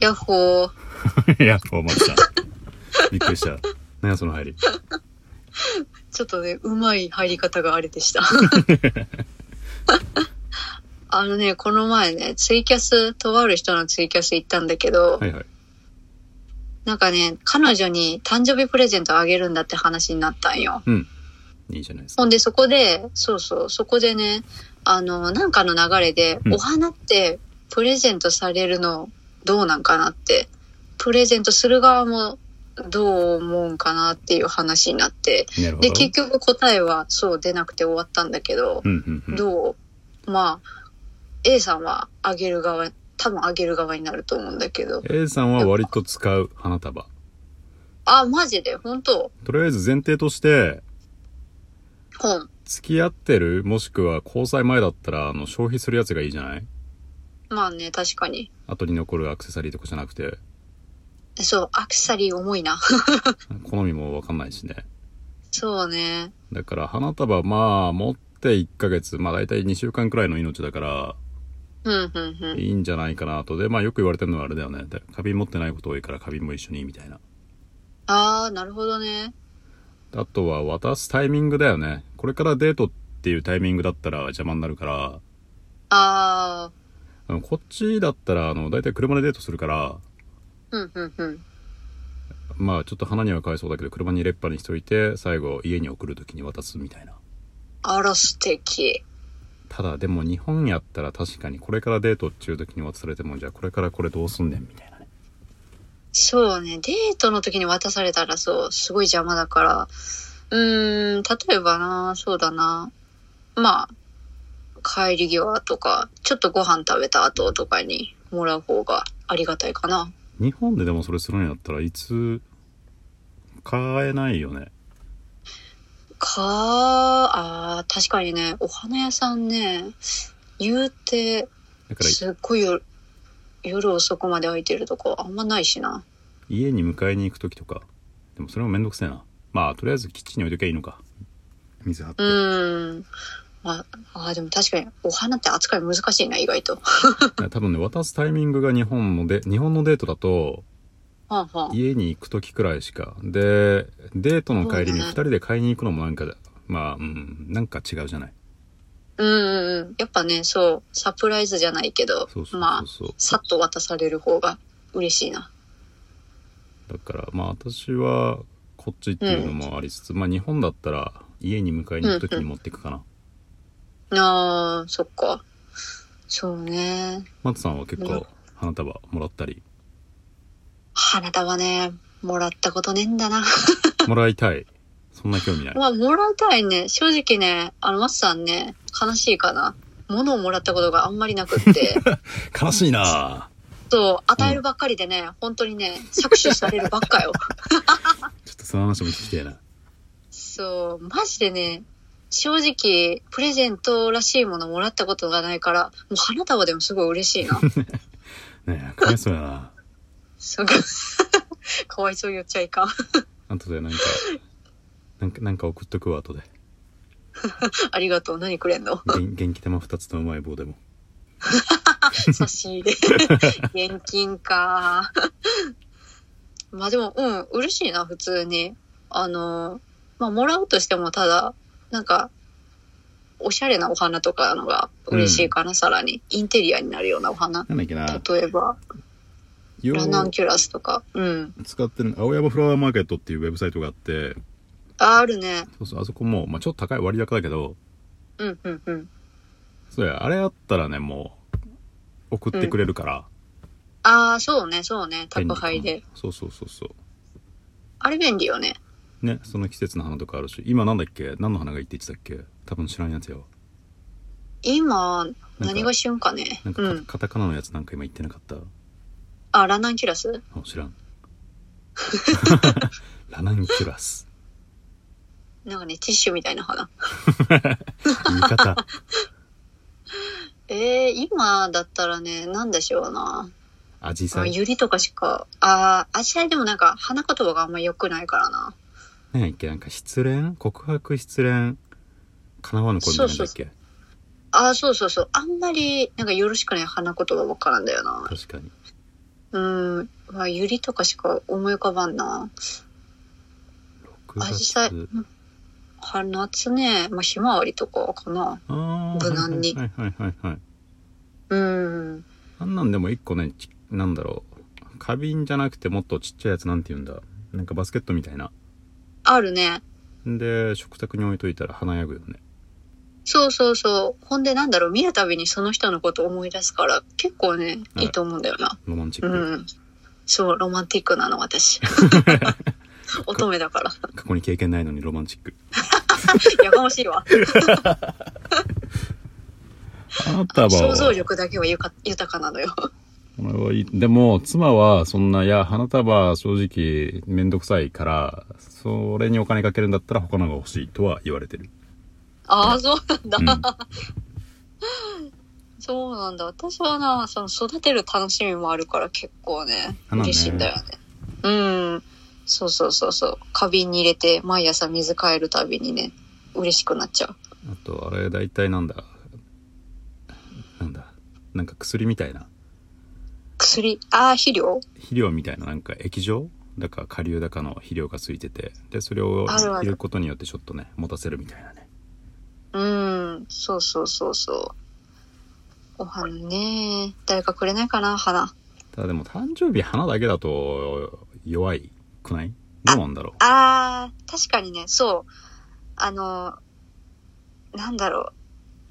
ヤッホー。 やっぱました。びっくりした。何やその入り。ちょっとね、うまい入り方があれで した。あのね、この前ね、ツイキャス、とある人のツイキャス行ったんだけど、はいはい。なんかね、彼女に誕生日プレゼントあげるんだって話になったんよ。うん。いいじゃないですか。ほんでそこで、そうそう、そこでね、あの、なんかの流れで、うんお花ってプレゼントされるのどうなんかなって、プレゼントする側もどう思うんかなっていう話になって、なるほで、ど。結局答えはそう出なくて終わったんだけど、うんうんうん。どうまあ A さんはあげる側多分あげる側になると思うんだけど A さんは割と使う花束。あマジで本当とりあえず前提として、本付き合ってるもしくは交際前だったら、あの、消費するやつがいいじゃないまあね確かに後に残るアクセサリーとかじゃなくて、そうアクセサリー重いな 好みもわかんないしね。そうねだから花束まあ持って1ヶ月、まあ大体2週間くらいの命だから、うんうんうんいいんじゃないかなと。で、まあよく言われてるのはあれだよね。だ花瓶持ってないこと多いから花瓶も一緒にみたいな。ああなるほどねあとは渡すタイミングだよね。これからデートっていうタイミングだったら邪魔になるから、あああのこっちだったら、あの、大体車でデートするから、うんうんうんまあちょっと花にはかわいそうだけど、車にレッパにしといて、最後家に送るときに渡すみたいな。あら素敵ただでも日本やったら確かにこれからデートっていう時に渡されても、じゃあこれからこれどうすんねんみたいなね。そうねデートの時に渡されたらそうすごい邪魔だからうーん例えばなそうだなまあ帰り際とかちょっとご飯食べた後とかにもらう方がありがたいかな日本ででもそれするんやったらいつ買えないよねかあー確かにねお花屋さんね言うてだからすっごい夜夜遅くまで空いてるとこあんまないしな家に迎えに行く時とかでもそれもめんどくせえなまあとりあえずキッチンに置いときゃいいのか水張って、うーんああーでも確かにお花って扱い難しいな意外と多分ね渡すタイミングが日本ので日本のデートだとはんはん家に行く時くらいしかでデートの帰りにそうね2人で買いに行くのもなんかまあうんなんか違うじゃないうんうんうん。やっぱね、そう、サプライズじゃないけど、そうそうまそあう、そう、さっと渡される方が嬉しいな。だからまあ私はこっちっていうのもありつつ、まあ日本だったら家に迎えに行く時に持っていくかな、あー、そっか。そうね。マツさんは結うん構花束もらったり花束ね、もらったことねえんだな。もらいたいそんな興味ないまあ、もらいたいね。正直ね、あの、マスさんね、悲しいかな。物をもらったことがあんまりなく って、悲しいなそう、与えるばっかりでね、本当にね、搾取されるばっかよ。ちょっとその話も聞きたいなそう、マジでね、正直、プレゼントらしいものもらったことがないから、もう花束でもすごい嬉しいな。ねえかわいそうやなそう かわいそう言っちゃいかん。 後でなんかなんかなんか送っとくわ後でありがとう。何くれん の元元気玉2つとうまい棒でも差し入れ。 現金か。 まあでも、うん、嬉しいな、普通に。あの、まあもらうとしても、ただ、なんか、おしゃれなお花とかのが嬉しいかな、さらに。インテリアになるようなお花。なんだっけな例えば、よラナンうキュラスとか。うん。使ってる青山フラワーマーケットっていうウェブサイトがあってああるね。そうそうあそこも、まあ、ちょっと高い割高だけどうんうんうん。そうやあれあったらねもう送ってくれるから、ああ、そうね、そうね。便利宅配で。そうそうそうそうあれ便利よね。ねその季節の花とかあるし今なんだっけ何の花がいいって言ってたっけ多分知らんやつよ今、か何が旬かね。なんかうカ,、ん。カタカナのやつなんか今言ってなかったあ、ラナンキュラスあ知らん ラナンキュラスなんかね、ティッシュみたいな花。味方えー、今だったらね、なんでしょうな。アジあサイユリとかしか、ああ、あちらでもなんか花言葉があんま良くないからな。何やっけなんか失恋告白失恋叶わぬ恋みたいなんだっけああ、そうそうそう。あんまり、なんかよろしくない花言葉ばっかなんだよな。確かにうん。まあ、ゆりとかしか思い浮かばんな。 6アジサイ月。春夏ね、まあ、ひまわりとかかな。ああ無難にはいはいはいはいはいうん。あんなんでも一個ねちなんだろう花瓶じゃなくてもっとちっちゃいやつなんて言うんだなんかバスケットみたいなあるね。で食卓に置いといたら華やぐよねそうそうそう。ほんでなんだろう、見るたびにその人のことを思い出すから、結構ね、はいいいと思うんだよな。ロマンチッうク、ん。そう、ロマンティックなの、 私。乙女だから。 過去に経験ないのにロマンチックやかましいわ。花束想像は力だけはゆか豊かなのよ。お前はいいでも妻はそんないや花束正直めんどくさいからそれにお金かけるんだったら他のが欲しいとは言われてる、ああ、そうなんだ。 うん、そうなんだ。私はな、その育てる楽しみもあるから結構ね、花ね嬉しいんだよね。うん。そうそうそうそう。花瓶に入れて、毎朝水変えるたびにね、嬉しくなっちゃう。あとあれ大体なんだなんだなんか薬みたいな薬、ああ、肥料肥料みたいななんか液状だか下流だかの肥料がついててでそれをあるある入れることによってちょっとね持たせるみたいなねうん。そうそうそうそう。お花ね。誰かくれないかな、花。ただでも誕生日花だけだと弱いくないどうなんだろあー、確かにね、そう。あの、なんだろ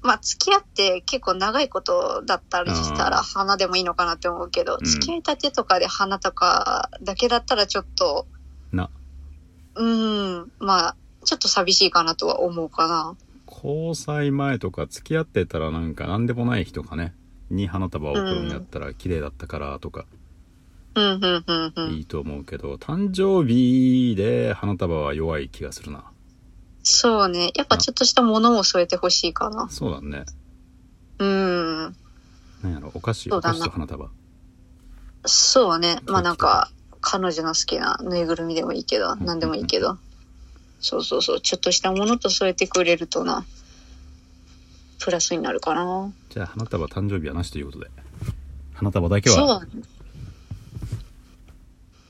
う。まあ、付き合って結構長いことだったりしたあら花でもいいのかなって思うけど、うん付き合いたてとかで花とかだけだったらちょっと、うなうーん、まあ、ちょっと寂しいかなとは思うかな。交際前とか付き合ってたらなんか何でもない人かねに花束を送るんやったら綺麗だったからとかうん、うん、うん、うん。いいと思うけど、誕生日で花束は弱い気がするなそうね。やっぱちょっとしたものを添えてほしいかな。そうだねうん。なんやろお菓子そおうだ菓な子と花束そうね。まあなんか、彼女の好きなぬいぐるみでもいいけど、ん何でもいいけど。そうそうそう。ちょっとしたものと添えてくれるとな、プラスになるかな。じゃあ花束誕生日はなしということで花束だけそうはだね。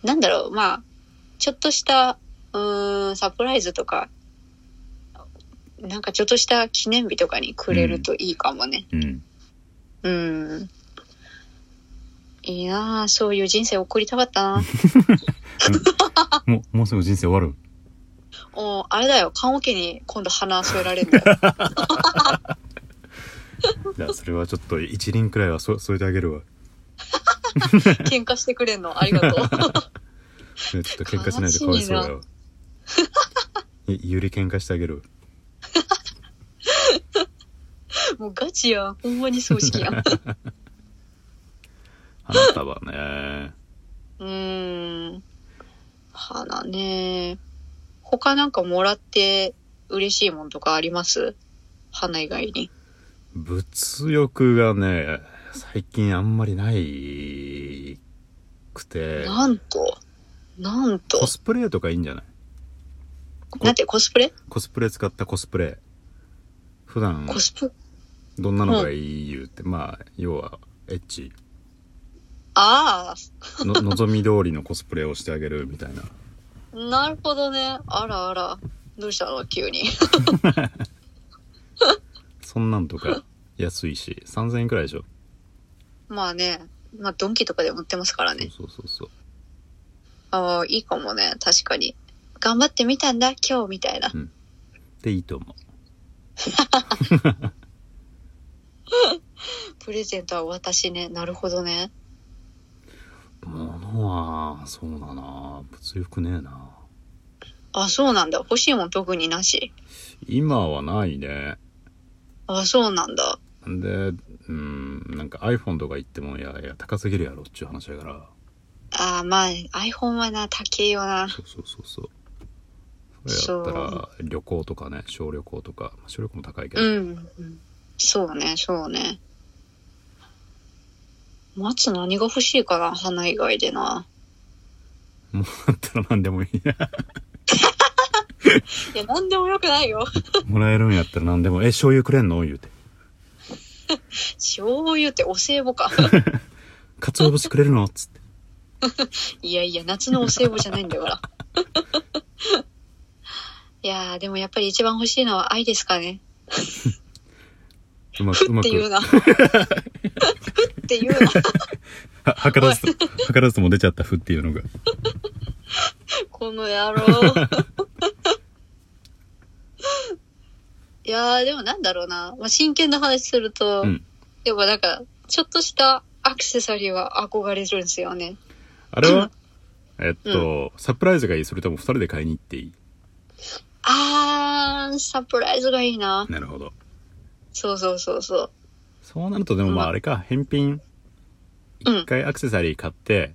なんだろう、まあ、ちょっとした、うーん、サプライズとか、なんかちょっとした記念日とかにくれるといいかもね。うんうん。いいなあそういう人生送りたかったな。もうもうすぐ人生終わるおあれだよ、缶桶に今度花添えられるんだよ。じゃあそれはちょっと一輪くらいはそ添えてあげるわ喧嘩してくれんの、ありがとう。ねちょっと喧嘩しないでかわいそうだよゆ ゆり喧嘩してあげるわもうガチやん。ほんまに葬式やん。う花束ねーん。花ね。他なんかもらって嬉しいもんとかあります花以外に。物欲がね最近あんまりないくてなんと、なんとコ、スプレとかいいんじゃないなんてコスプレコスプレ使ったコスプレ普段コスプレどんなのがいい言うて、まあ要はエッチあ の望み通りのコスプレをしてあげるみたいなあ、なるほどね。あらあら。どうしたの急に。 そんなんと か安いし3000円くらいでしょまあね。まあ、ドンキとかでも売ってますからね。そうそうそうそうああ、いいかもね、確かに。頑張ってみたんだ、今日みたいな。でいいと思うプレゼントは私ね、なるほどね。物はそうだな物欲ねえなあ、そうなんだ。欲しいもん特になし。今はないねあ、そうなんだ。んでうんなんか iPhone とか言ってもいやいや高すぎるやろっちゅう話やからあ、まあ、iPhone はな、高えよな。そうそうそうそうそれやったら旅行とかね小旅行とかまあ小旅行も高いけど、うん。そうね、そうね。松何が欲しいかな、花以外でな。もうあったら何でもいいやいや、なんでもよくないよ。 もらえるんやったら何でも「え醤油くれんの?」言うて醤油ってお歳暮か。 「鰹節くれるの?」っつっていやいや、夏のお歳暮じゃないんだから。 いやー、でもやっぱり一番欲しいのは愛ですかね。うまく、うまっていうく、な。ふっていうな。は、はからず、はからずも出ちゃったふっていうのが。この野郎。 いやー、でもなんだろうな。まあ、真剣な話すると、うんやっぱなんか、ちょっとしたアクセサリーは憧れるんですよね。あれは、えっと、サプライズがいいそれとも二人で買いに行っていいあー、サプライズがいいな。なるほど。そうそうそうそう。そうなるとでもまうあんあれか、返品。うん一回アクセサリー買って、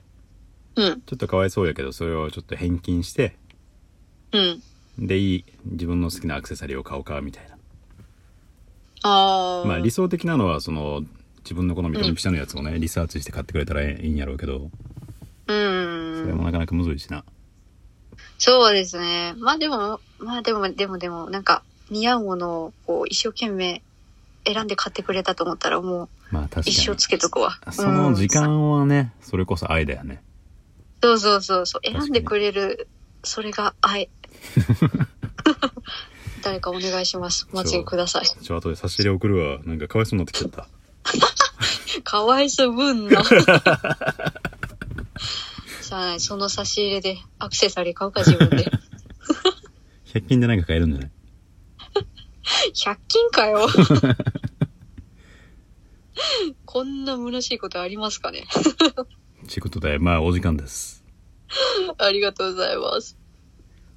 うん、ちょっとかわいそうやけど、それをちょっと返金して、うん。で、いい、自分の好きなアクセサリーを買おうか、みたいな。あー。まあ理想的なのは、その、自分の好みドンピシャのやつをね、リサーチして買ってくれたらいいんやろうけど、うそれん。もなかなかむずいしな。そうですね。まあでも、まあでも、でもでも、なんか、似合うものを、こう、一生懸命選んで買ってくれたと思ったら、もう、まあ確かに。一生つけとくわ。その時うん間はね、それこそ愛だよね。そうそうそうそう。確かに選んでくれる、それが 愛。誰かお願いします。お待ちください。ちょ、後で差し入れ送るわ。なんかかわいそうになってきちゃった。かわいそうぶん な。しゃあない。その差し入れでアクセサリー買うか自分で。 100均でなんか買えるんじゃない100均かよ。こんな虚しいことありますかね。 ちゅうことで、まあお時間です。ありがとうございます。